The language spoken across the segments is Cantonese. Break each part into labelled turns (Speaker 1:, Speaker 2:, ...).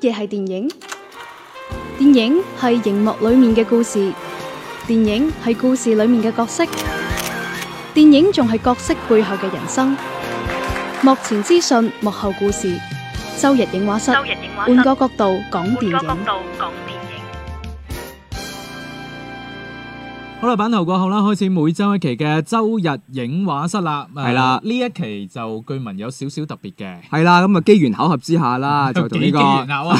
Speaker 1: 嘢係電影？電影係熒幕裏面嘅故事，電影係故事裏面嘅角色，電影仲係角色背後嘅人生。幕前資訊，幕後故事。周日映畫室，
Speaker 2: 周日映畫室
Speaker 1: 換個角度講電
Speaker 2: 換個角
Speaker 1: 影。
Speaker 2: 度講電影。
Speaker 3: 好啦，版頭過後啦，開始每週一期嘅周日影畫室啦。誒
Speaker 4: 係啦
Speaker 3: 呢一期就據聞有少少特別嘅，
Speaker 4: 係啦，咁啊機緣巧合之下 啦，就同呢、
Speaker 3: 幾
Speaker 4: 個
Speaker 3: 幾熱鬧啊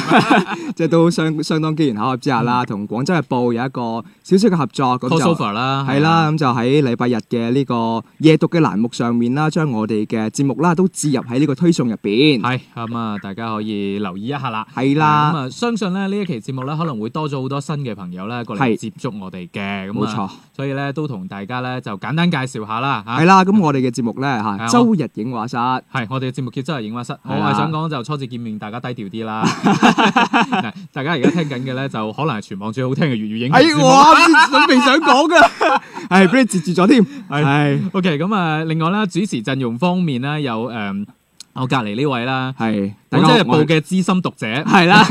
Speaker 4: 即係到相相當機緣巧合之下啦，同廣州日報有一個少少嘅合作，咁就
Speaker 3: ，crossover 啦，
Speaker 4: 係啦，咁就喺禮拜日嘅呢個夜讀嘅欄目上面啦，將我哋嘅節目啦都置入喺呢個推送入邊，
Speaker 3: 係，係咁啊，大家可以留意一下啦。
Speaker 4: 係
Speaker 3: 咁
Speaker 4: 啦，
Speaker 3: 啊，相信咧呢一期節目咧可能會多咗好多新嘅朋友咧過嚟
Speaker 4: 係
Speaker 3: 接觸我哋嘅，咁
Speaker 4: 冇
Speaker 3: 啊，
Speaker 4: 錯，
Speaker 3: 所以咧都同大家咧就簡單介紹下啦嚇。
Speaker 4: 係啦，咁我哋嘅節目咧
Speaker 3: 係
Speaker 4: 嚇，
Speaker 3: 我
Speaker 4: 周日影畫室，
Speaker 3: 係，我哋嘅節目叫真係影畫室，我
Speaker 4: 係啦
Speaker 3: 係想講就初次見面，大家低調啲 啦。嗱，大家而家聽緊嘅咧，就可能係全網最好聽嘅粵語影評
Speaker 4: 哎
Speaker 3: 節目
Speaker 4: 我 啱先準備想講噶， 係俾你截住咗添，係
Speaker 3: O K，咁啊，另外啦，主持陣容方面咧，有誒、嗯我隔離呢位啦，
Speaker 4: 係，大
Speaker 3: 廣
Speaker 4: 家好
Speaker 3: 州日報
Speaker 4: 我係
Speaker 3: 嘅資深讀者
Speaker 4: 係啦，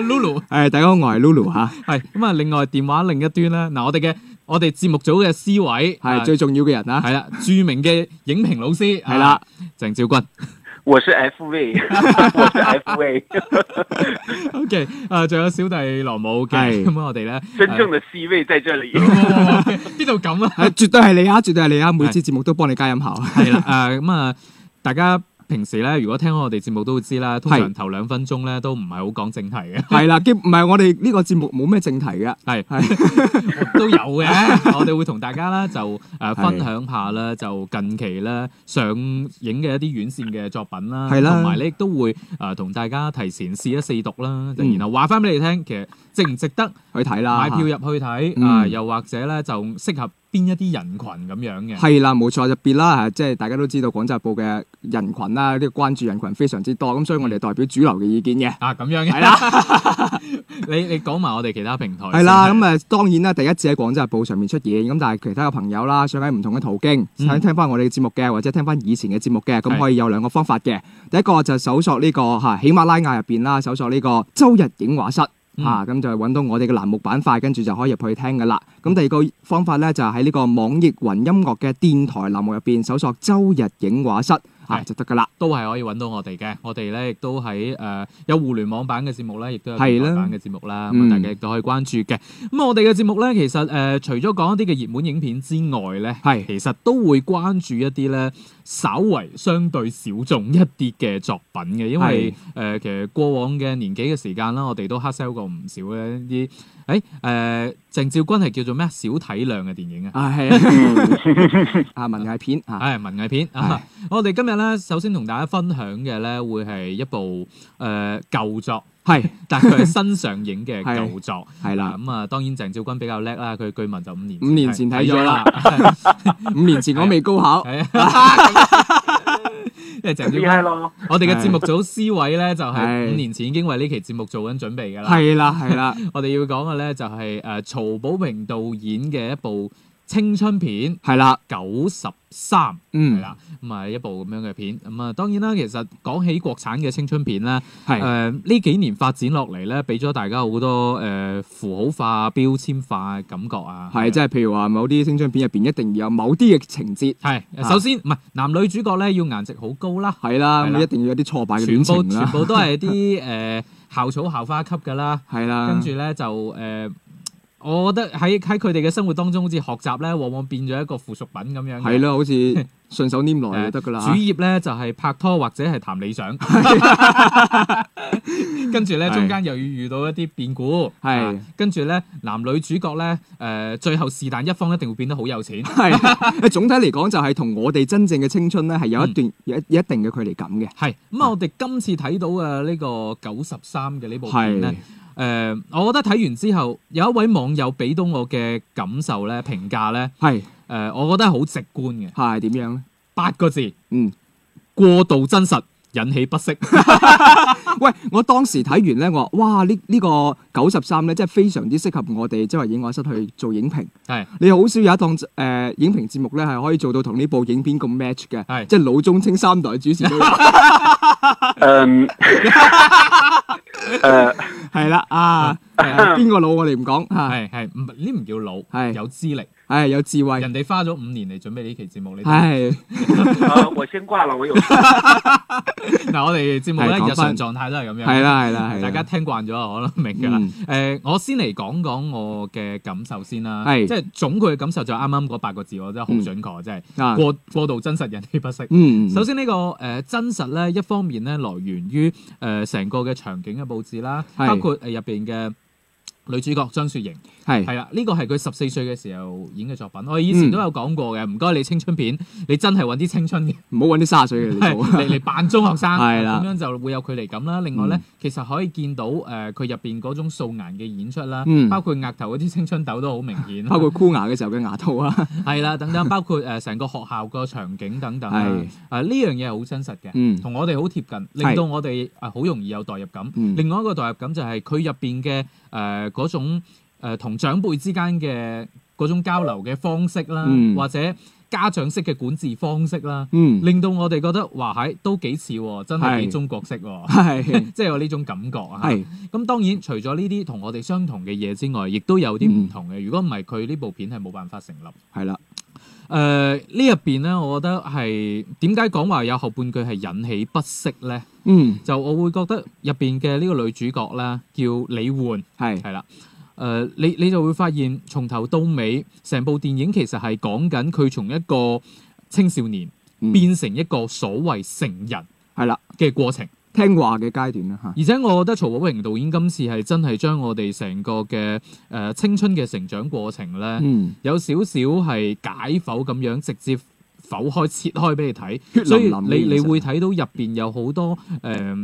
Speaker 3: Lulu，
Speaker 4: 係大家好，我係 Lulu 嚇。
Speaker 3: 係咁啊。另外電話另一端啦，嗱，我哋嘅我哋節目組嘅 C 位
Speaker 4: 係最重要嘅人啦，
Speaker 3: 係啦，著名嘅影評老師
Speaker 4: 係啦
Speaker 3: 啊，鄭照君。
Speaker 5: 我是 F 位，我是 F 位，
Speaker 3: O K，啊，仲有小弟羅姆嘅，
Speaker 4: 係
Speaker 3: 咁我哋咧
Speaker 5: 真正的 C 位在這裏。
Speaker 3: 誒邊度咁啊？
Speaker 4: 係絕對係你啊，絕對係你啊！每次節目都幫你加音效，
Speaker 3: 係 啦，誒咁啊，大家平時咧，如果聽我哋節目都會知啦，通常
Speaker 4: 係
Speaker 3: 頭兩分鐘咧都唔係好講正題嘅，
Speaker 4: 係啦，基唔係我哋呢個節目冇咩正題嘅，
Speaker 3: 係
Speaker 4: 係
Speaker 3: 都有 嘅。我哋會同大家啦，就誒
Speaker 4: 係
Speaker 3: 分享下啦，就近期咧上映嘅一啲院線嘅作品啦，
Speaker 4: 係啦
Speaker 3: 同埋咧亦都會誒同大家提前試一試讀啦，
Speaker 4: 嗯
Speaker 3: 然後話翻俾你聽，其實值唔值得
Speaker 4: 去睇啦，
Speaker 3: 買票入去睇
Speaker 4: 嗯
Speaker 3: 啊？又或者咧就適合邊一啲人群咁樣嘅？
Speaker 4: 係啦，冇錯，入邊啦，啊即係大家都知道廣州日報嘅人群啦，呢個關注人群非常之多，咁所以我哋代表主流嘅意見嘅，
Speaker 3: 啊，咁樣嘅
Speaker 4: 係啦，
Speaker 3: 你你講埋我哋其他平台
Speaker 4: 係啦，
Speaker 3: 先
Speaker 4: 咁啊誒當然啦，第一次喺廣州日報上面出現，咁但係其他嘅朋友啦，想喺唔同嘅途徑
Speaker 3: 嗯
Speaker 4: 想聽翻我哋嘅節目嘅，或者聽翻以前嘅節目嘅，
Speaker 3: 係
Speaker 4: 咁可以有兩個方法嘅，第一個就搜索呢個嚇喜馬拉雅入邊啦，搜索呢個周日影畫室。
Speaker 3: 嗯
Speaker 4: 啊，咁就揾到我哋嘅欄目板塊，跟住就可以入去聽噶啦。咁第二個方法咧，就係喺呢個網易雲音樂嘅電台欄目入邊搜索周日影畫室啊，
Speaker 3: 係
Speaker 4: 就得噶啦。
Speaker 3: 都係可以揾到我哋嘅。我哋咧亦都喺誒、呃有互聯網版嘅節目咧，亦都有
Speaker 4: 係
Speaker 3: 電
Speaker 4: 啦
Speaker 3: 台版嘅節目啦。咁啊
Speaker 4: 嗯
Speaker 3: 大家亦都可以關注嘅。咁啊我哋嘅節目咧，其實誒、呃除咗講一啲嘅熱門影片之外咧，
Speaker 4: 係
Speaker 3: 其實都會關注一啲咧稍為相對小眾一啲嘅作品嘅，因為誒
Speaker 4: 係、
Speaker 3: 呃其實過往嘅年紀嘅時間啦，我哋都黑 sell 過唔少嘅一啲誒誒鄭照君係叫做咩小體量嘅電影啊。
Speaker 4: 啊，係啊 啊，文藝片啊，
Speaker 3: 係文藝片啊！我哋今日咧，首先同大家分享嘅咧，會係一部誒舊作，
Speaker 4: 係
Speaker 3: 但係佢係新上映嘅
Speaker 4: 係
Speaker 3: 舊作。
Speaker 4: 係啦，
Speaker 3: 咁啊，當然鄭少君比較叻啦，佢據聞就五年
Speaker 4: 五年前睇咗啦
Speaker 3: 睇
Speaker 4: 五年前我未高考，
Speaker 3: 咗啦。係啊， 因為鄭少
Speaker 5: 厲害
Speaker 3: 君，
Speaker 5: 咯！
Speaker 3: 我哋嘅節目組 C 位咧，就係
Speaker 4: 係
Speaker 3: 五年前已經為呢期節目做緊準備㗎啦。
Speaker 4: 係啦係啦，
Speaker 3: 我哋要講嘅咧就係誒曹保平導演嘅一部青春片
Speaker 4: 係啦，
Speaker 3: 《九十三》。係
Speaker 4: 嗯，
Speaker 3: 啦，咁啊一部咁樣嘅片，咁啊當然啦，其實講起國產嘅青春片咧，誒
Speaker 4: 係
Speaker 3: 呢幾年發展落嚟咧，俾咗大家好多誒、呃符號化、標籤化嘅感覺啊，
Speaker 4: 係，即係譬如話某啲青春片入邊一定要有某啲嘅情節，
Speaker 3: 係
Speaker 4: 啊
Speaker 3: 首先唔係男女主角咧要顏值好高啦，
Speaker 4: 係啦，
Speaker 3: 係啦
Speaker 4: 咁一定要有啲挫敗嘅
Speaker 3: 全
Speaker 4: 戀
Speaker 3: 部
Speaker 4: 情
Speaker 3: 全
Speaker 4: 啦，
Speaker 3: 部都係啲誒校草校花級噶啦，
Speaker 4: 係啦，
Speaker 3: 跟住咧就誒。呃我覺得喺喺佢哋嘅生活當中，好似學習咧，往往變咗一個附屬品咁樣嘅。
Speaker 4: 係啦，好似 順手拈來就得噶啦，
Speaker 3: 呃主 業咧就係拍拖或者係談理想，跟住咧
Speaker 4: 係
Speaker 3: 中間又要遇到一啲變故，
Speaker 4: 係
Speaker 3: 啊跟住咧男女主角咧誒、呃最後是但一方一定會變得好有錢，
Speaker 4: 係，誒總體嚟講就係同我哋真正嘅青春咧係有一
Speaker 3: 嗯
Speaker 4: 段有一有一定嘅距離感嘅。
Speaker 3: 係咁啊！我哋今次睇到嘅呢個九十三嘅呢部片咧，誒
Speaker 4: 係、
Speaker 3: 我覺得睇完之後有一位網友俾到我嘅感受咧評價咧，誒、
Speaker 4: 係
Speaker 3: 我覺得係好直觀嘅，
Speaker 4: 係點樣咧？
Speaker 3: 八個字，
Speaker 4: 嗯，
Speaker 3: 過度真實。引起不適。啊
Speaker 4: 喂，我當時睇完咧，我話：哇！呢呢、個九十三咧，真係非常之適合我哋周圍影畫室去做影評。
Speaker 3: 係
Speaker 4: 你好少有一檔誒、呃影評節目咧，係可以做到同呢部影片咁 match 嘅，
Speaker 3: 係
Speaker 4: 即係老中青三代主 持都有
Speaker 5: 嗯， 呃誒，
Speaker 4: 係啦 啊！誒邊個老我哋唔講嚇，
Speaker 3: 係係唔呢唔叫老，
Speaker 4: 係
Speaker 3: 有資歷。
Speaker 4: 係有智慧，
Speaker 3: 人哋花咗五年嚟準備呢期節目，你睇
Speaker 4: 啊係 啊
Speaker 5: 呃我先掛了，我有事。
Speaker 3: 嗱，我哋節目
Speaker 4: 係
Speaker 3: 咧
Speaker 4: 講
Speaker 3: 日常
Speaker 4: 返
Speaker 3: 狀態都係咁樣。
Speaker 4: 係啦係啦係啦，
Speaker 3: 大家聽慣咗啊，可能明㗎啦。
Speaker 4: 嗯
Speaker 3: 誒、我先嚟講講我嘅感受先啦，
Speaker 4: 係
Speaker 3: 即係總括嘅感受就啱啱嗰八個字，我真係好準確，真係
Speaker 4: 啊
Speaker 3: 過過度真實，人氣不適。
Speaker 4: 嗯
Speaker 3: 首先呢、個誒、真實咧，一方面咧來源於誒成、個嘅場景嘅佈置啦，
Speaker 4: 係
Speaker 3: 包括誒入邊嘅女主角張雪瑩，
Speaker 4: 係
Speaker 3: 係啦，呢個係佢十四歲嘅時候演嘅作品。我以前
Speaker 4: 嗯
Speaker 3: 都有講過嘅，唔該你青春片，你真係揾啲青春嘅
Speaker 4: 唔好揾啲卅歲嘅 嚟做，啊
Speaker 3: 嚟嚟扮中學生，
Speaker 4: 係啦
Speaker 3: 咁樣就會有距離感啦。另外咧
Speaker 4: 嗯，
Speaker 3: 其實可以見到誒佢入邊嗰種素顏嘅演出啦
Speaker 4: 嗯，
Speaker 3: 包括額頭嗰啲青春痘都好明顯，
Speaker 4: 包括箍牙嘅時候嘅牙套啊，
Speaker 3: 係啦等等，包括誒成個學校個場景等等啦
Speaker 4: 係。
Speaker 3: 誒呢樣嘢係好真實
Speaker 4: 嗯
Speaker 3: 嘅，啊同我哋好貼近，令到我哋誒好容易有代入感。
Speaker 4: 嗯
Speaker 3: 另外一個代入感就係佢入邊嘅誒嗰種誒同長輩之間嘅嗰種交流嘅方式啦
Speaker 4: 嗯，
Speaker 3: 或者家長式嘅管治方式啦。
Speaker 4: 嗯
Speaker 3: 令到我哋覺得哇，係都幾似喎，真係
Speaker 4: 係
Speaker 3: 幾中國式 喎，
Speaker 4: 係
Speaker 3: 即係有呢種感覺啊。
Speaker 4: 係
Speaker 3: 咁當然，除咗呢啲同我哋相同嘅嘢之外，亦都有啲唔同嘅。如果唔係，佢呢部片係冇辦法成立。
Speaker 4: 係啦，
Speaker 3: 誒呢入邊咧，我覺得係點解講話有後半句係引起不適咧？
Speaker 4: 嗯
Speaker 3: 就我會覺得入邊嘅呢個女主角啦，叫李焕。
Speaker 4: 係
Speaker 3: 係啦。誒、你你就會發現從頭到尾，成部電影其實係講緊佢從一個青少年
Speaker 4: 嗯
Speaker 3: 變成一個所謂成人
Speaker 4: 係啦，
Speaker 3: 嘅過程。
Speaker 4: 聽話嘅階段啦啊嚇，
Speaker 3: 而且我覺得曹保榮導演今次係真係將我哋成個嘅誒、呃青春嘅成長過程咧，
Speaker 4: 嗯
Speaker 3: 有少少係解剖咁樣直接剖開切開俾你睇，
Speaker 4: 血淋淋
Speaker 3: 所以
Speaker 4: 嗯嘅
Speaker 3: 你
Speaker 4: 現
Speaker 3: 你
Speaker 4: 實
Speaker 3: 會睇到入邊有好多誒、呃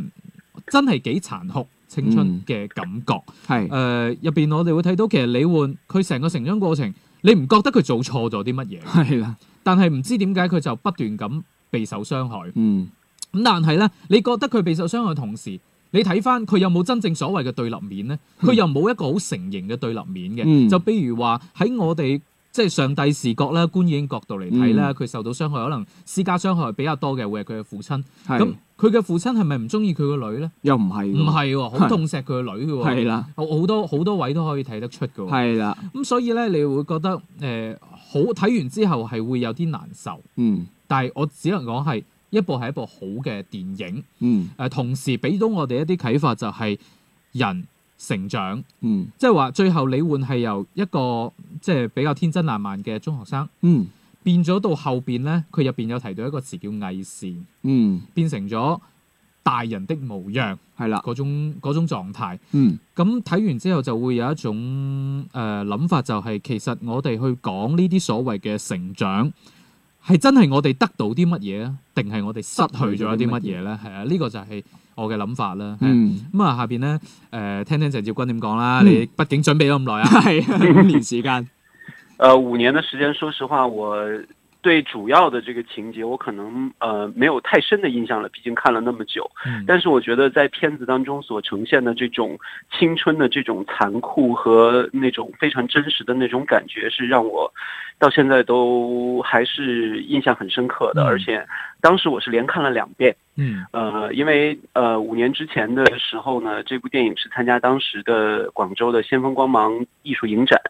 Speaker 3: 真係幾殘酷青
Speaker 4: 嗯
Speaker 3: 春嘅感覺。
Speaker 4: 係
Speaker 3: 誒入邊我哋會睇到其實李焕佢成個成長過程，你唔覺得佢做錯咗啲乜嘢，
Speaker 4: 係啦，
Speaker 3: 但係唔知點解佢就不斷咁備受傷害。
Speaker 4: 嗯
Speaker 3: 咁但係咧，你覺得佢備受傷害嘅同時，你睇翻佢有冇真正所謂嘅對立面咧？佢又冇一個好成形嘅對立面嘅。
Speaker 4: 嗯
Speaker 3: 就譬如話喺我哋。即係上帝視角啦，觀影角度嚟睇
Speaker 4: 嗯
Speaker 3: 啦，佢、受到傷害，可能私家傷害比較多嘅會係佢嘅父親。咁
Speaker 4: 係
Speaker 3: 佢嘅父親係咪唔中意佢個女咧？
Speaker 4: 又唔係
Speaker 3: 唔
Speaker 4: 喎，
Speaker 3: 係喎，好痛錫佢個女嘅喎
Speaker 4: 係，啦
Speaker 3: 好好多好多位都可以睇得出嘅喎。
Speaker 4: 係啦，
Speaker 3: 咁所以咧，你會覺得誒、呃好睇完之後係會有啲難受，
Speaker 4: 嗯
Speaker 3: 但係我只能講係一部係一部好嘅電影。
Speaker 4: 嗯
Speaker 3: 誒、呃同時俾到我哋一啲啟發，就係人成長，
Speaker 4: 嗯
Speaker 3: 即係話最後李焕係由一個即係比較天真爛漫嘅中學生，
Speaker 4: 嗯
Speaker 3: 變咗到後邊咧，佢入邊有提到一個詞叫偽善，
Speaker 4: 嗯
Speaker 3: 變成咗大人的模樣
Speaker 4: 係啦，
Speaker 3: 嗰種嗰種狀態。
Speaker 4: 嗯
Speaker 3: 咁睇完之後就會有一種誒諗、法，就係其實我哋去講呢啲所謂嘅成長，係真係我哋得到啲乜嘢啊？定係我哋失去咗一啲乜嘢咧？係啊，呢、個就係我嘅諗法啦。係啊
Speaker 4: 嗯
Speaker 3: 咁啊，下邊咧誒，聽聽鄭照君點講啦。
Speaker 4: 嗯
Speaker 3: 你畢竟準備咗咁耐啊，
Speaker 4: 係五年時間，
Speaker 5: 呃，五年的时间，说实话，我对主要的这个情节，我可能呃没有太深的印象了，毕竟看了那么久。但是我觉得在片子当中所呈现的这种青春的这种残酷和那种非常真实的那种感觉，是让我到现在都还是印象很深刻
Speaker 3: 嗯
Speaker 5: 的。而且当时我是连看了两遍。
Speaker 3: 嗯
Speaker 5: 呃，因为呃五年之前的时候呢，这部电影是参加当时的广州的先锋光芒艺术影展，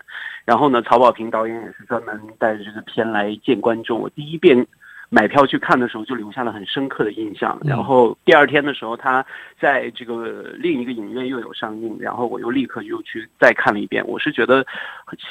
Speaker 5: 然后呢，曹保平导演也是专门带着这个片来见观众。我第一遍买票去看的时候就留下了很深刻的印象，
Speaker 3: 嗯
Speaker 5: 然后第二天的时候，他在这个另一个影院又有上映，然后我又立刻又去再看了一遍。我是觉得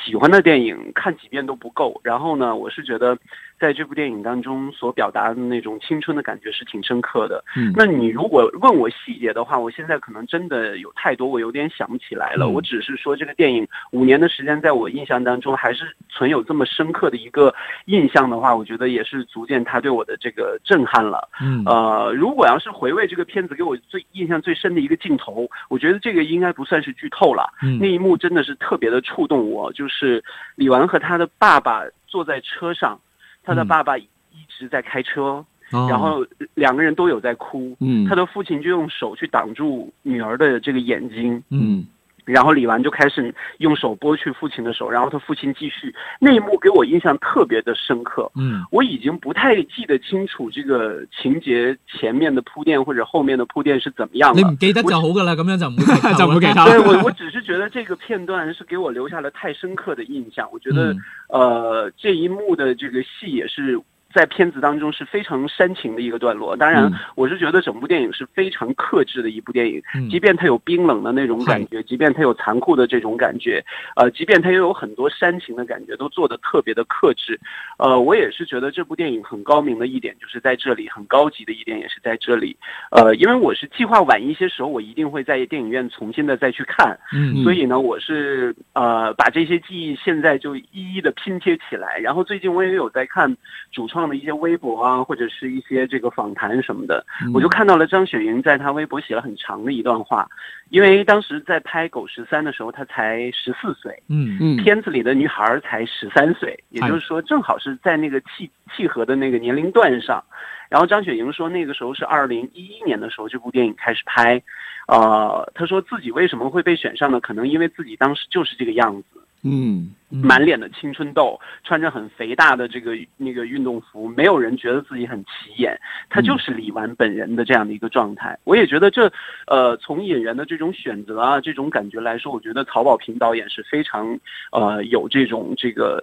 Speaker 5: 喜欢的电影看几遍都不够，然后呢，我是觉得在这部电影当中所表达的那种青春的感觉是挺深刻的。
Speaker 4: 嗯
Speaker 5: 那你如果问我细节的话，我现在可能真的有太多，我有点想不起来了。
Speaker 3: 嗯
Speaker 5: 我只是说这个电影五年的时间，在我印象当中还是存有这么深刻的一个印象的话，我觉得也是足见它对我的这个震撼了。
Speaker 3: 嗯
Speaker 5: 呃，如果要是回味这个片子给我最印象最深的一个镜头，我觉得这个应该不算是剧透了。那
Speaker 3: 嗯
Speaker 5: 一幕真的是特别的触动我，就是李纨和他的爸爸坐在车上，他的
Speaker 3: 嗯
Speaker 5: 爸爸一直在开车，
Speaker 3: 哦
Speaker 5: 然后两个人都有在哭。
Speaker 4: 嗯
Speaker 5: 他的父亲就用手去挡住女儿的这个眼睛，
Speaker 3: 嗯
Speaker 4: 嗯
Speaker 5: 然后李纨就开始用手拨去父亲的手，然后他父亲继续。那一幕给我印象特别的深刻，
Speaker 3: 嗯
Speaker 5: 我已经不太记得清楚这个情节前面的铺垫或者后面的铺垫是怎么样
Speaker 3: 你
Speaker 5: 了
Speaker 3: 唔。記得就好噶啦，咁樣就唔會啊劇透啦
Speaker 4: 就唔會劇 透
Speaker 5: 对啊我，我只是觉得这个片段是给我留下了太深刻的印象。我觉得，
Speaker 3: 嗯
Speaker 5: 呃，这一幕的这个戏也是在片子当中是非常煽情的一个段落。当然
Speaker 4: 嗯，
Speaker 5: 我是觉得整部电影是非常克制的一部电影，
Speaker 3: 嗯
Speaker 5: 即便它有冰冷的那种感觉，即便它有残酷的这种感觉，呃，即便它也有很多煽情的感觉，都做得特别的克制。呃，我也是觉得这部电影很高明的一点就是在这里，很高级的一点也是在这里。呃，因为我是计划晚一些时候，我一定会在电影院重新的再去看，
Speaker 3: 嗯
Speaker 5: 所以呢，我是呃把这些记忆现在就一一的拼贴起来。然后最近我也有在看主创的一些微博啊，或者是一些这个访谈什么的，我就看到了张雪迎在她微博写了很长的一段话，因为当时在拍《狗十三》的时候，她才十四岁，
Speaker 3: 嗯
Speaker 4: 嗯
Speaker 5: 片子里的女孩儿才十三岁，也就是说正好是在那个契契合的那个年龄段上。然后张雪迎说，那个时候是二零一一年的时候，这部电影开始拍。呃，她说自己为什么会被选上呢？可能因为自己当时就是这个样子。
Speaker 4: 嗯
Speaker 3: 嗯
Speaker 5: 满脸的青春痘，穿着很肥大的这个那个运动服，没有人觉得自己很起眼，他就是李纨本人的这样的一个状态。我也觉得这，呃，从演员的这种选择啊，这种感觉来说，我觉得曹保平导演是非常，呃，有这种这个。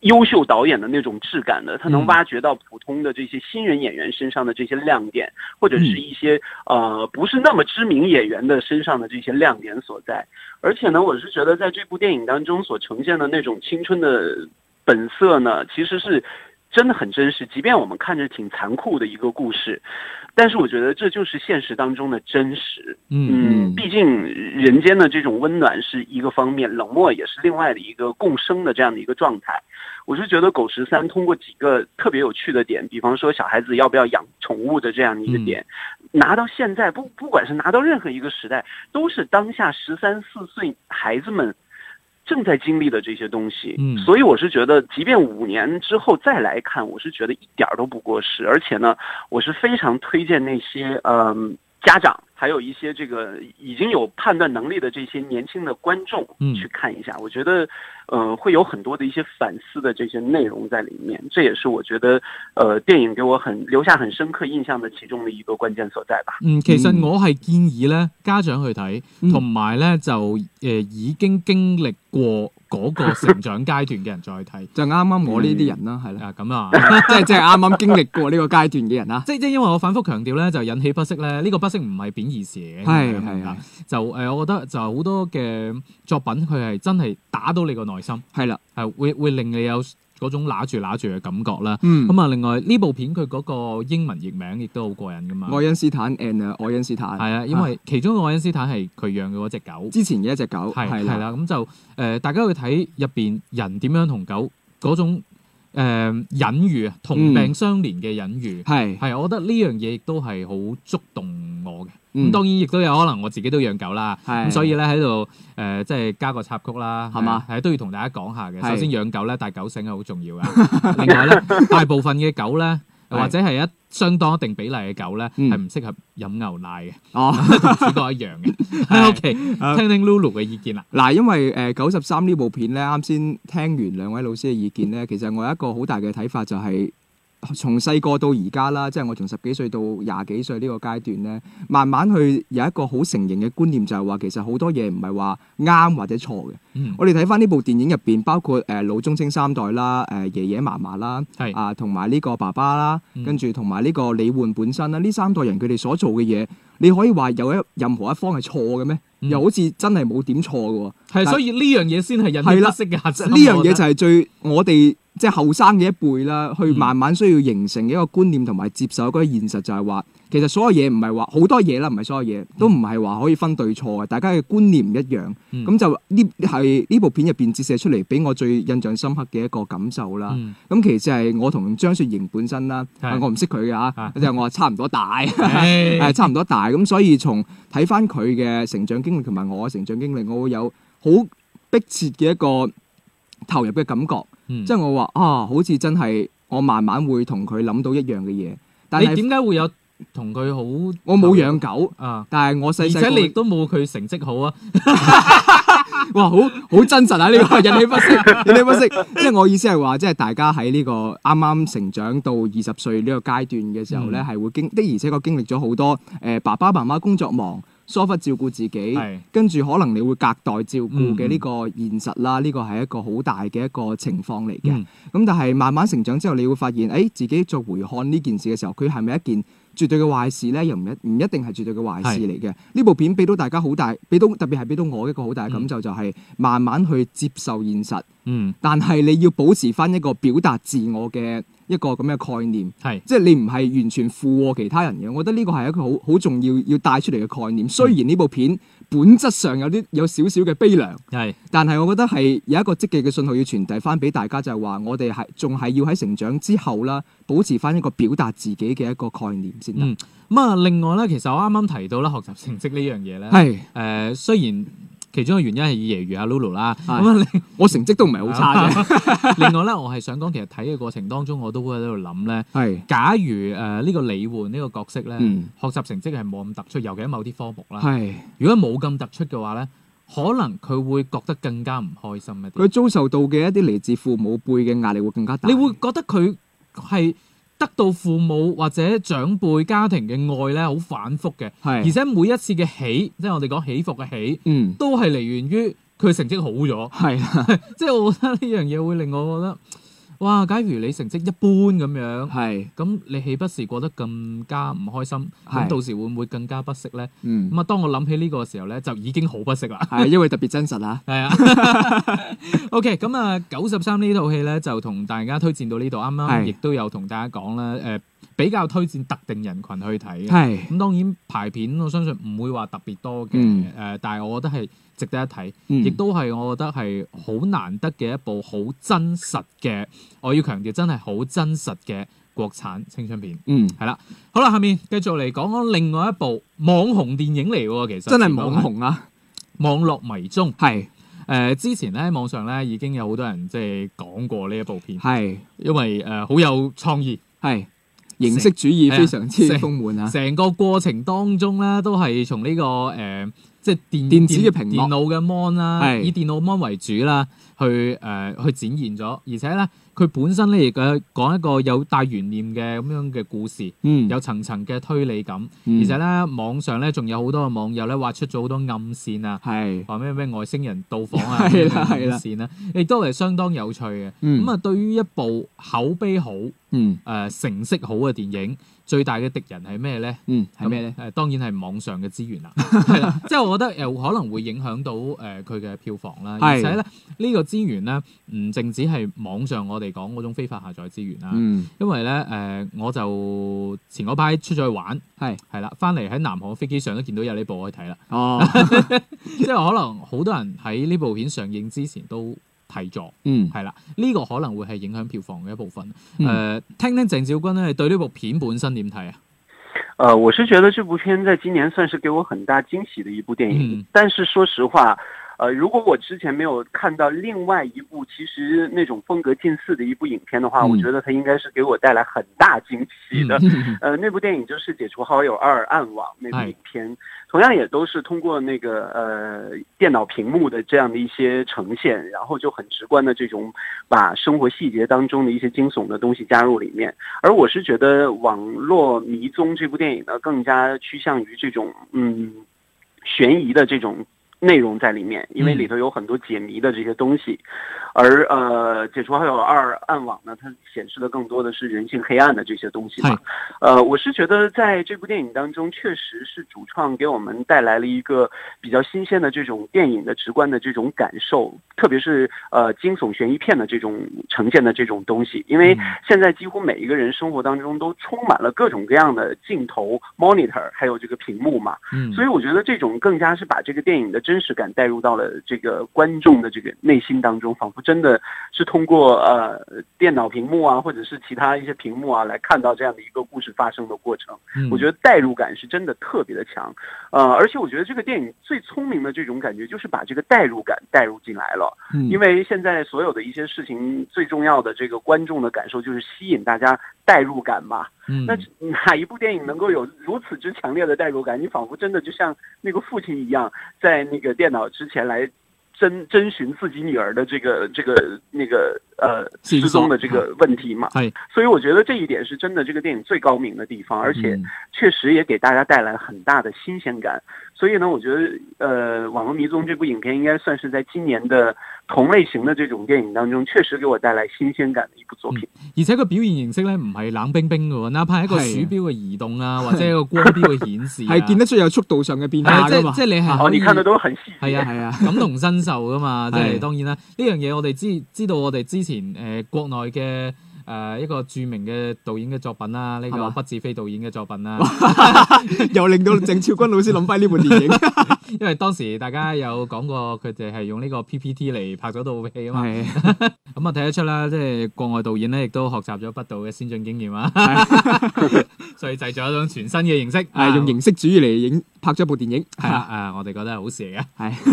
Speaker 5: 优秀导演的那种质感的，他能
Speaker 3: 嗯
Speaker 5: 挖掘到普通的这些新人演员身上的这些亮点，或者是一些呃不是那么知名演员的身上的这些亮点所在。而且呢，我是觉得在这部电影当中所呈现的那种青春的本色呢，其实是真的很真实。即便我们看着挺残酷的一个故事，但是我觉得这就是现实当中的真实。
Speaker 3: 嗯
Speaker 5: 嗯
Speaker 4: 嗯，
Speaker 5: 毕竟人间的这种温暖是一个方面，冷漠也是另外的一个共生的这样的一个状态。我是觉得《狗十三》通过几个特别有趣的点，比方说小孩子要不要养宠物的这样的一个点，
Speaker 3: 嗯
Speaker 5: 拿到现在不不管是拿到任何一个时代，都是当下十三四岁孩子们正在经历的这些东西。
Speaker 3: 嗯
Speaker 5: 所以我是觉得，即便五年之后再来看，我是觉得一点儿都不过时。而且呢，我是非常推荐那些嗯、家长。还有一些这个已经有判断能力的这些年轻的观众
Speaker 3: 嗯
Speaker 5: 去看一下，我觉得，呃，会有很多的一些反思的这些内容在里面。这也是我觉得，呃，电影给我很留下很深刻印象的其中的一个关键所在吧。
Speaker 3: 嗯，其實
Speaker 4: 嗯
Speaker 3: 我係建議咧家長去睇，
Speaker 4: 嗯
Speaker 3: 同埋咧就誒、已經經歷過嗰個成長階段嘅人再去睇
Speaker 4: 就啱啱我呢啲人啦，係啦，
Speaker 3: 啊咁啊。
Speaker 4: 即係即係啱啱經歷過呢個階段嘅人啦。啊
Speaker 3: 即即因為我反覆強調咧，就引起不適咧，呢、個不適唔係貶義詞嚟嘅，
Speaker 4: 係係係
Speaker 3: 啊就誒、我覺得就好多嘅作品佢係真係打到你個內心，
Speaker 4: 係啦，
Speaker 3: 係會會令你有嗰種揦住揦住嘅感覺啦。
Speaker 4: 嗯，
Speaker 3: 咁啊、另外呢部片佢嗰個英文譯名亦都好過癮噶嘛，
Speaker 4: 愛因斯坦 and 呃愛因斯坦
Speaker 3: 係啊，因為其中一個愛因斯坦係佢養嘅嗰只狗。
Speaker 4: 之前嘅一隻狗
Speaker 3: 係
Speaker 4: 係
Speaker 3: 係
Speaker 4: 啦，
Speaker 3: 啦，咁就誒、呃大家去睇入邊人點樣同狗嗰種誒、呃、隱喻啊，
Speaker 4: 嗯
Speaker 3: 同病相憐嘅隱喻，
Speaker 4: 係
Speaker 3: 係、我覺得呢樣嘢亦都係好觸動我嘅。咁、
Speaker 4: 嗯
Speaker 3: 當然亦都有可能我自己都養狗啦，
Speaker 4: 係
Speaker 3: 咁所以咧喺度誒即係加個插曲啦，
Speaker 4: 係嘛
Speaker 3: 係都要同大家講下嘅。
Speaker 4: 係
Speaker 3: 首先養狗咧，帶狗繩係好重要嘅。 另 外咧，大部分嘅狗咧。
Speaker 4: 係
Speaker 3: 或者係一相當一定比例嘅狗咧，
Speaker 4: 嗯
Speaker 3: 係唔適合飲牛奶嘅，
Speaker 4: 哦。
Speaker 3: 同主角一 樣嘅。OK，聽聽 Lulu 嘅意見啦。
Speaker 4: 嗱，因為誒九十三呢部片咧，啱先聽完兩位老師嘅意見咧，其實我有一個好大嘅睇法就係、從細個到而家啦，即係我從十幾歲到廿幾歲呢個階段咧，慢慢去有一個好成型嘅觀念，就係話其實好多嘢唔係話啱或者錯嘅。
Speaker 3: 嗯
Speaker 4: 我哋睇翻呢部電影入邊，包括誒、呃老中青三代啦、誒、爺爺嫲嫲啦，
Speaker 3: 係
Speaker 4: 啊同埋呢個爸爸啦，
Speaker 3: 嗯
Speaker 4: 跟住同埋呢個李焕本身啦，呢三代人佢哋所做嘅嘢，你可以話有一任何一方係錯嘅咩？
Speaker 3: 嗯
Speaker 4: 又好似真係冇點錯嘅喎。
Speaker 3: 係，
Speaker 4: 但
Speaker 3: 所以呢樣嘢先係引
Speaker 4: 係啦
Speaker 3: 起不適嘅核心。
Speaker 4: 呢樣嘢就
Speaker 3: 係
Speaker 4: 係最我哋即係後生嘅一輩啦，去
Speaker 3: 嗯
Speaker 4: 慢慢需要形成嘅一個觀念同埋接受嗰個現實，就係話其實所有嘢唔係話好多嘢啦，唔係所有嘢都唔係話可以分對錯嘅，大家嘅觀念唔一樣。
Speaker 3: 嗯
Speaker 4: 咁就呢係呢部片入邊折射出嚟，俾我最印象深刻嘅一個感受啦。
Speaker 3: 嗯
Speaker 4: 咁其次係我同張雪瑩本身啦，
Speaker 3: 係
Speaker 4: 啊我唔識佢嘅嚇
Speaker 3: 啊，
Speaker 4: 即係我話差唔多大。誒
Speaker 3: 唉
Speaker 4: 差唔多大，咁所以從睇翻佢嘅成長經歷同埋我嘅成長經歷，我會有好迫切嘅一個投入嘅感覺，
Speaker 3: 嗯
Speaker 4: 即係我話啊，好似真係我慢慢會同佢諗到一樣嘅嘢。但
Speaker 3: 你
Speaker 4: 係
Speaker 3: 點解會有同佢好？
Speaker 4: 我冇養狗，
Speaker 3: 啊，
Speaker 4: 但係我細
Speaker 3: 而
Speaker 4: 細
Speaker 3: 且
Speaker 4: 個
Speaker 3: 你亦都冇佢成績好啊。
Speaker 4: 哇，好好真實啊！呢、個 引起不適，引起不適。即係我意思係話，即係大家喺呢個啱啱成長到二十歲呢個階段嘅時候咧，
Speaker 3: 嗯
Speaker 4: 係、會經的而且確經歷咗好多誒、呃爸爸媽媽工作忙，疏忽照顧自己
Speaker 3: 係，
Speaker 4: 跟住可能你會隔代照顧嘅
Speaker 3: 嗯
Speaker 4: 呢個現實啦。呢個係一個好大嘅一個情況嚟嘅。
Speaker 3: 嗯
Speaker 4: 咁、但係慢慢成長之後，你會發現，誒、自己做回看呢件事嘅時候，佢係咪一件？絕對嘅壞事咧，又唔一唔一定係絕對嘅壞事嚟嘅。呢部片俾到大家好大，俾到特別係俾到我一個好大嘅感受，就係慢慢去接受現實，
Speaker 3: 嗯，
Speaker 4: 但係你要保持翻一個表達自我嘅一個咁嘅概念。
Speaker 3: 係。
Speaker 4: 即係你唔係完全附和其他人嘅，我覺得呢個係一個好好重要要帶出嚟嘅概念。雖然呢部片本質上有啲有少少嘅悲涼，
Speaker 3: 係
Speaker 4: 但係我覺得係有一個積極嘅信號要傳遞翻俾大家，就係話我哋係仲係要喺成長之後啦，保持翻一個表達自己嘅一個概念先得。
Speaker 3: 嗯咁啊，另外咧，其實我啱啱提到啦，學習成績呢樣嘢咧，誒、
Speaker 4: 係，
Speaker 3: 雖然其中嘅原因係揶揄阿 Lulu 啦，咁
Speaker 4: 係
Speaker 3: 啊，
Speaker 4: 我成績都唔係好差啫。
Speaker 3: 另另外咧，我係想講，其實睇嘅過程當中，我都會喺度諗咧，
Speaker 4: 係，
Speaker 3: 假如誒呢、個李焕呢個角色咧，
Speaker 4: 嗯，
Speaker 3: 學習成績係冇咁突出，尤其喺某啲科目啦，
Speaker 4: 係。
Speaker 3: 如果冇咁突出嘅話咧，可能佢會覺得更加唔開心一啲
Speaker 4: 佢，遭受到嘅一啲嚟自父母輩嘅壓力會更加大。
Speaker 3: 你會覺得佢係得到父母或者長輩家庭嘅愛咧，好反覆嘅，而
Speaker 4: 係，
Speaker 3: 且每一次嘅起，即係我哋講起伏嘅起。
Speaker 4: 嗯，
Speaker 3: 都係嚟源於佢成績好咗，
Speaker 4: 係啦，
Speaker 3: 即係我覺得呢樣嘢會令我覺得，哇！假如你成績一般咁樣，
Speaker 4: 係，
Speaker 3: 咁你岂不是過得更加唔開心？咁
Speaker 4: 係
Speaker 3: 到時會唔會更加不適咧？
Speaker 4: 嗯，
Speaker 3: 咁啊，當我諗起呢個時候咧，就已經好不適啦。
Speaker 4: 係因為特別真 實啊。
Speaker 3: 係啊，OK，咁啊，九十三呢套戲咧就同大家推薦到呢度，啱啱
Speaker 4: 係
Speaker 3: 亦都有同大家講啦，誒、呃比較推薦特定人群去睇嘅。
Speaker 4: 係，
Speaker 3: 咁當然排片我相信唔會話特別多嘅，誒、呃
Speaker 4: 嗯
Speaker 3: 但係我覺得係值得一睇。亦
Speaker 4: 亦
Speaker 3: 都係我覺得係好難得嘅一部好真實嘅，我要強調真係好真實嘅國產青春片。
Speaker 4: 嗯，
Speaker 3: 好啦，下面繼續嚟講講另外一部網紅電影嚟喎，其實
Speaker 4: 真係網紅啊。
Speaker 3: 網絡迷蹤。誒、
Speaker 4: 係，
Speaker 3: 之前咧網上咧已經有好多人即係講過呢一部片，
Speaker 4: 係，
Speaker 3: 因為誒好、有創意，
Speaker 4: 係，形式主義非常之豐滿啊。
Speaker 3: 成個過程當中咧都係從呢、個誒、即係電
Speaker 4: 電子嘅屏幕
Speaker 3: 電腦嘅 mon 啦，
Speaker 4: 係
Speaker 3: 以電腦 mon 為主啦，去誒、去展現咗，而且咧佢本身咧亦嘅講一個有帶懸念嘅咁樣嘅故事，
Speaker 4: 嗯，
Speaker 3: 有層層嘅推理感，
Speaker 4: 嗯
Speaker 3: 而且咧網上咧仲有好多嘅網友咧挖出咗好多暗線啊。
Speaker 4: 係，
Speaker 3: 話咩咩外星人到訪啊，
Speaker 4: 係啦
Speaker 3: 咩
Speaker 4: 係啦
Speaker 3: 暗線啦，亦都係相當有趣嘅。
Speaker 4: 嗯
Speaker 3: 咁啊、對於一部口碑好、誒、
Speaker 4: 嗯，
Speaker 3: 成色好嘅電影，最大嘅敵人係咩咧？
Speaker 4: 嗯，係咩咧？
Speaker 3: 咁？誒、呃當然係網上嘅資 源啦，係啦，即係我覺得誒可能會影響到誒佢嘅票房啦，
Speaker 4: 係
Speaker 3: 而且咧呢、個資源咧唔淨止係網上我哋講嗰種非法下載資源啦，啊
Speaker 4: 嗯，
Speaker 3: 因為咧誒、我就前嗰排出咗去玩，
Speaker 4: 係
Speaker 3: 係啦，翻嚟喺南韓飛機上都見到有呢部可以睇啦，
Speaker 4: 哦，
Speaker 3: 即係可能好多人喺呢部片上映之前都睇咗，
Speaker 4: 嗯，
Speaker 3: 係啦，呢、個可能會係影響票房嘅一部分。誒、呃
Speaker 4: 嗯
Speaker 3: 聽聽鄭少君咧，你對呢部片本身點睇啊？
Speaker 5: 呃，我是觉得这部片在今年算是给我很大惊喜的一部电影，
Speaker 3: 嗯
Speaker 5: 但是说实话。呃，如果我之前没有看到另外一部其实那种风格近似的一部影片的话，
Speaker 4: 嗯
Speaker 5: 我觉得它应该是给我带来很大惊喜的。
Speaker 4: 嗯
Speaker 5: 呃，那部电影就是《解除好友二暗网》那部
Speaker 3: 哎
Speaker 5: 影片，同样也都是通过那个呃电脑屏幕的这样的一些呈现，然后就很直观的这种把生活细节当中的一些惊悚的东西加入里面。而我是觉得《网络迷踪》这部电影呢，更加趋向于这种嗯悬疑的这种内容在里面，因为
Speaker 3: 嗯
Speaker 5: 里头有很多解谜的这些东西。而呃，解除好友二暗网呢，它显示的更多的是人性黑暗的这些东西嘛。呃，我是觉得在这部电影当中，确实是主创给我们带来了一个比较新鲜的这种电影的直观的这种感受，特别是呃惊悚悬疑片的这种呈现的这种东西，因为
Speaker 3: 嗯
Speaker 5: 现在几乎每一个人生活当中都充满了各种各样的镜头、monitor，还有这个屏幕嘛。
Speaker 3: 嗯
Speaker 5: 所以我觉得这种更加是把这个电影的真实感带入到了这个观众的这个内心当中，仿佛真的是通过呃电脑屏幕啊，或者是其他一些屏幕啊来看到这样的一个故事发生的过程。
Speaker 3: 嗯
Speaker 5: 我觉得代入感是真的特别的强，呃，而且我觉得这个电影最聪明的这种感觉就是把这个代入感带入进来了。
Speaker 4: 嗯
Speaker 5: 因为现在所有的一些事情，最重要的这个观众的感受就是吸引大家代入感嘛。
Speaker 3: 嗯
Speaker 5: 那 哪一部电影能够有如此之强烈的代入感？你仿佛真的就像那个父亲一样，在那个电脑之前来征征询自己女儿的这个这个那个呃
Speaker 3: 心
Speaker 5: 失
Speaker 3: 酸
Speaker 5: 踪的嗯这个问题嘛。
Speaker 3: 系
Speaker 5: 所以我觉得这一点是真的这个电影最高明的地方，而且
Speaker 3: 嗯
Speaker 5: 确实也给大家带来很大的新鲜感。所以呢，我觉得呃，《网络迷踪》这部影片应该算是在今年的同类型的这种电影当中，确实给我带来新鲜感的一部作品。
Speaker 3: 而且個表現形式咧唔係冷冰冰嘅喎，哪怕係一個
Speaker 4: 係啊
Speaker 3: 鼠標嘅移動 啊，或者一個光標嘅顯示啊，
Speaker 4: 係見得出有速度上嘅變化
Speaker 3: 係
Speaker 4: 㗎
Speaker 3: 即
Speaker 4: 嘛。
Speaker 3: 即係你係
Speaker 5: 哦，
Speaker 3: 可以
Speaker 5: 你看的都很细
Speaker 3: 係
Speaker 5: 节。
Speaker 3: 啊
Speaker 4: 係啊，
Speaker 3: 感同身受噶嘛，即係
Speaker 4: 係
Speaker 3: 當然啦。呢樣嘢我哋知知道，我哋之前誒、呃、國內嘅誒、呃一個著名嘅導演嘅作品啦，呢、
Speaker 4: 係
Speaker 3: 個
Speaker 4: 嘛
Speaker 3: 畢志飛導演嘅作品啦，
Speaker 4: 又令到鄭少君老師諗翻呢部電影。
Speaker 3: 因為當時大家有講過佢哋係用呢個 PPT 嚟拍咗套戲啊嘛，
Speaker 4: 係
Speaker 3: 咁啊睇得出啦，即係國外導演咧亦都學習咗不道嘅先進經驗啊， 所以製造一種全新嘅形式，
Speaker 4: 係啊用形式主義嚟影拍咗部電影。
Speaker 3: 係啦，啊，我哋覺得係好事嚟嘅。
Speaker 4: 係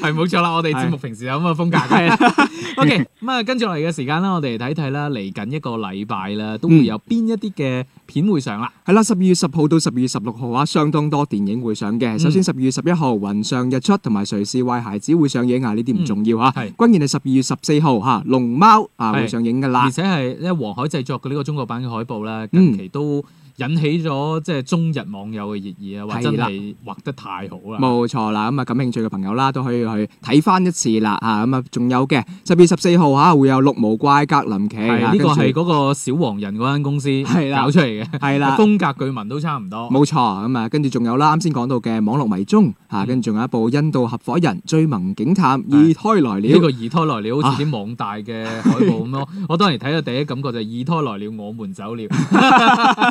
Speaker 3: 係冇錯啦，我哋節目平時有咁嘅風格嘅。OK，咁啊，跟住落嚟嘅時間啦，我哋睇睇啦，嚟緊一個禮拜啦，都會有邊一啲嘅片會上啦。
Speaker 4: 係啦，十二月十號到十二月十六號啊，相當多電影會上
Speaker 3: 嗯
Speaker 4: 嘅。首先十二月十一號《雲上日出》同埋《誰是壞孩子》會上映啊，呢啲唔重要啊。
Speaker 3: 嗯係
Speaker 4: 關鍵係十二月十四號嚇《龍貓》啊
Speaker 3: 係
Speaker 4: 會上映㗎啦
Speaker 3: 而。且係咧，黃海製作嘅呢個中國版嘅海報啦，
Speaker 4: 嗯
Speaker 3: 近期都引起咗即係中日網友嘅熱議啊，話真
Speaker 4: 係啦
Speaker 3: 係畫得太好啦。
Speaker 4: 冇錯啦，咁啊感興趣嘅朋友啦，都可以去睇翻一次啦嚇。咁啊，仲有嘅十月十四號嚇會有《綠毛怪格林奇》
Speaker 3: 係
Speaker 4: 啊
Speaker 3: 呢個係
Speaker 4: 跟住
Speaker 3: 嗰個小黃人嗰間公司
Speaker 4: 係啦
Speaker 3: 搞出嚟嘅，
Speaker 4: 係
Speaker 3: 風
Speaker 4: 啦。
Speaker 3: 格據聞都差唔多。
Speaker 4: 冇錯，咁啊，跟住仲有啦，啱先講到嘅《網絡迷蹤》嚇，
Speaker 3: 嗯
Speaker 4: 跟住仲有一部《印度合夥人追萌警探
Speaker 3: 係
Speaker 4: 二胎來了》
Speaker 3: 呢個二胎來了好似啲網大嘅海報咁咯，我當時睇到第一感覺就係二胎來了，我們走了。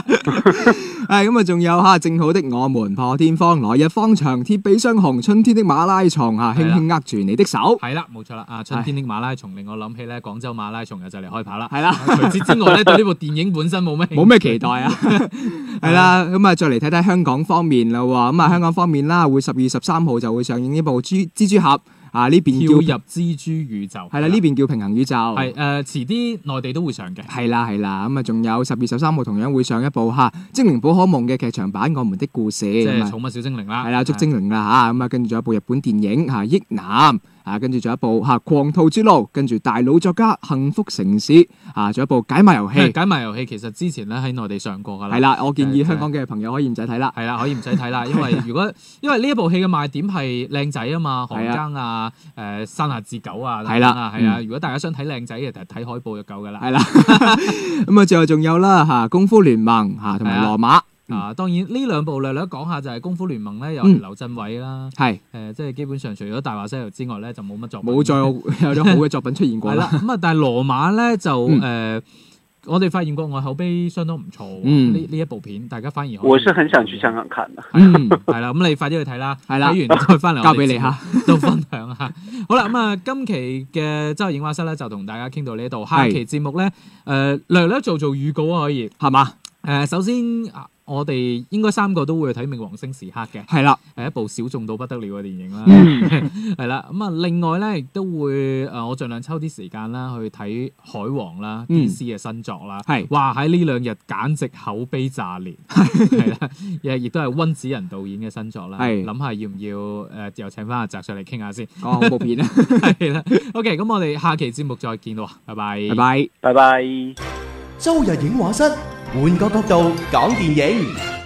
Speaker 4: 係咁啊，仲有嚇正好的我們破天荒來日方長鐵臂雙雄春天的馬拉松嚇，
Speaker 3: 係啊
Speaker 4: 輕
Speaker 3: 啦
Speaker 4: 輕握住你的 手，
Speaker 3: 係啦，冇錯啦，啊，春天的馬拉松令我諗起咧，廣州馬拉松又就嚟開跑啦。
Speaker 4: 係啦，
Speaker 3: 除此之外咧，對呢部電影本身冇咩
Speaker 4: 冇咩期待 啊，係啦，咁啊，再嚟睇睇香港方面啦喎，咁啊，香港方面啦，會十二月十三號就會上映呢部蜘蜘蛛俠啊，呢邊
Speaker 3: 跳
Speaker 4: 叫
Speaker 3: 入蜘蛛宇宙。
Speaker 4: 係啦，呢邊叫平衡宇宙，
Speaker 3: 係誒，遲啲內地都會上嘅。
Speaker 4: 係啦係啦，咁啊仲有十月十三號同樣會上一部嚇《精靈寶可夢》嘅劇場版《我們的故事》，
Speaker 3: 即係
Speaker 4: 咁啊
Speaker 3: 寵物小精靈啦，
Speaker 4: 係啦，捉精靈啦嚇，咁啊跟住仲有一部日本電影嚇《益男》，啊跟住仲有一部嚇《狂徒之路》，跟住大佬作家《幸福城市》，啊仲有一部解碼遊
Speaker 3: 係
Speaker 4: 戲，
Speaker 3: 解埋遊戲其實之前咧喺內地上過㗎啦。
Speaker 4: 係啦，我建
Speaker 3: 就
Speaker 4: 議
Speaker 3: 係
Speaker 4: 香港嘅朋友可以唔使睇啦，
Speaker 3: 係啦，可以唔使睇啦， 因為如果因為呢一部戲嘅賣點係靚仔啊嘛，韓
Speaker 4: 係啊
Speaker 3: 庚啊，誒山下智久啊，等
Speaker 4: 係啦
Speaker 3: 等啊係啊，
Speaker 4: 嗯
Speaker 3: 如果大家想睇靚仔嘅，就睇海報就夠㗎啦。
Speaker 4: 係啦，咁啊最後仲有啦嚇《功夫聯盟》嚇同埋《羅馬》，嗯
Speaker 3: 啊，當然呢兩部略略講下就係《功夫聯盟》咧，又
Speaker 4: 嗯
Speaker 3: 係劉鎮偉啦，
Speaker 4: 係
Speaker 3: 誒，呃即係基本上除咗《大話西遊》之外咧，就冇乜作品。
Speaker 4: 冇再 有有啲好嘅作品出現過
Speaker 3: 係啦
Speaker 4: 啦，。
Speaker 3: 咁啊，但係羅馬咧就
Speaker 4: 嗯
Speaker 3: 誒，我哋發現國外口碑相當唔錯喎。
Speaker 4: 嗯
Speaker 3: 呢呢一部片大家反而可以
Speaker 5: 我是很想去香港看的。
Speaker 4: 嗯，
Speaker 3: 係啦，咁你快啲去睇啦，
Speaker 4: 係嗯啦
Speaker 3: 睇完 再翻嚟我哋
Speaker 4: 交俾你嚇。
Speaker 3: 都分享下。好啦，咁啊，今期嘅周日影畫室咧就同大家傾到呢度，下
Speaker 4: 係
Speaker 3: 期節目咧誒略略做做預告啊，可以
Speaker 4: 係嘛？
Speaker 3: 誒，首先啊我哋應該三個都會去睇《冥王星時刻》嘅。
Speaker 4: 係啦，
Speaker 3: 係一部小眾到不得了嘅電影啦，
Speaker 4: 嗯
Speaker 3: 係啦咁啊，另外咧亦都會誒、呃我盡量抽啲時間啦去睇《海王》啦
Speaker 4: 嗯
Speaker 3: ，DC 嘅新作啦，
Speaker 4: 係
Speaker 3: 哇喺呢兩日簡直口碑炸 裂，係啦，亦亦都係温子仁導演嘅新作啦，
Speaker 4: 係
Speaker 3: 諗下要唔要誒、呃又請翻阿澤上嚟傾下先，
Speaker 4: 講下部片 啦，
Speaker 3: 係啦，OK，咁我哋下期節目再見咯，拜拜，
Speaker 4: 拜。拜。
Speaker 5: 拜拜。
Speaker 2: 周日影画室，換個角度講電影。